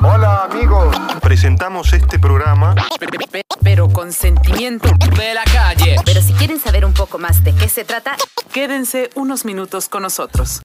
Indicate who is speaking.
Speaker 1: Hola amigos.
Speaker 2: Presentamos este programa
Speaker 3: Pero con sentimiento de la calle.
Speaker 4: Pero si quieren saber un poco más de qué se trata,
Speaker 3: Quédense unos minutos con nosotros.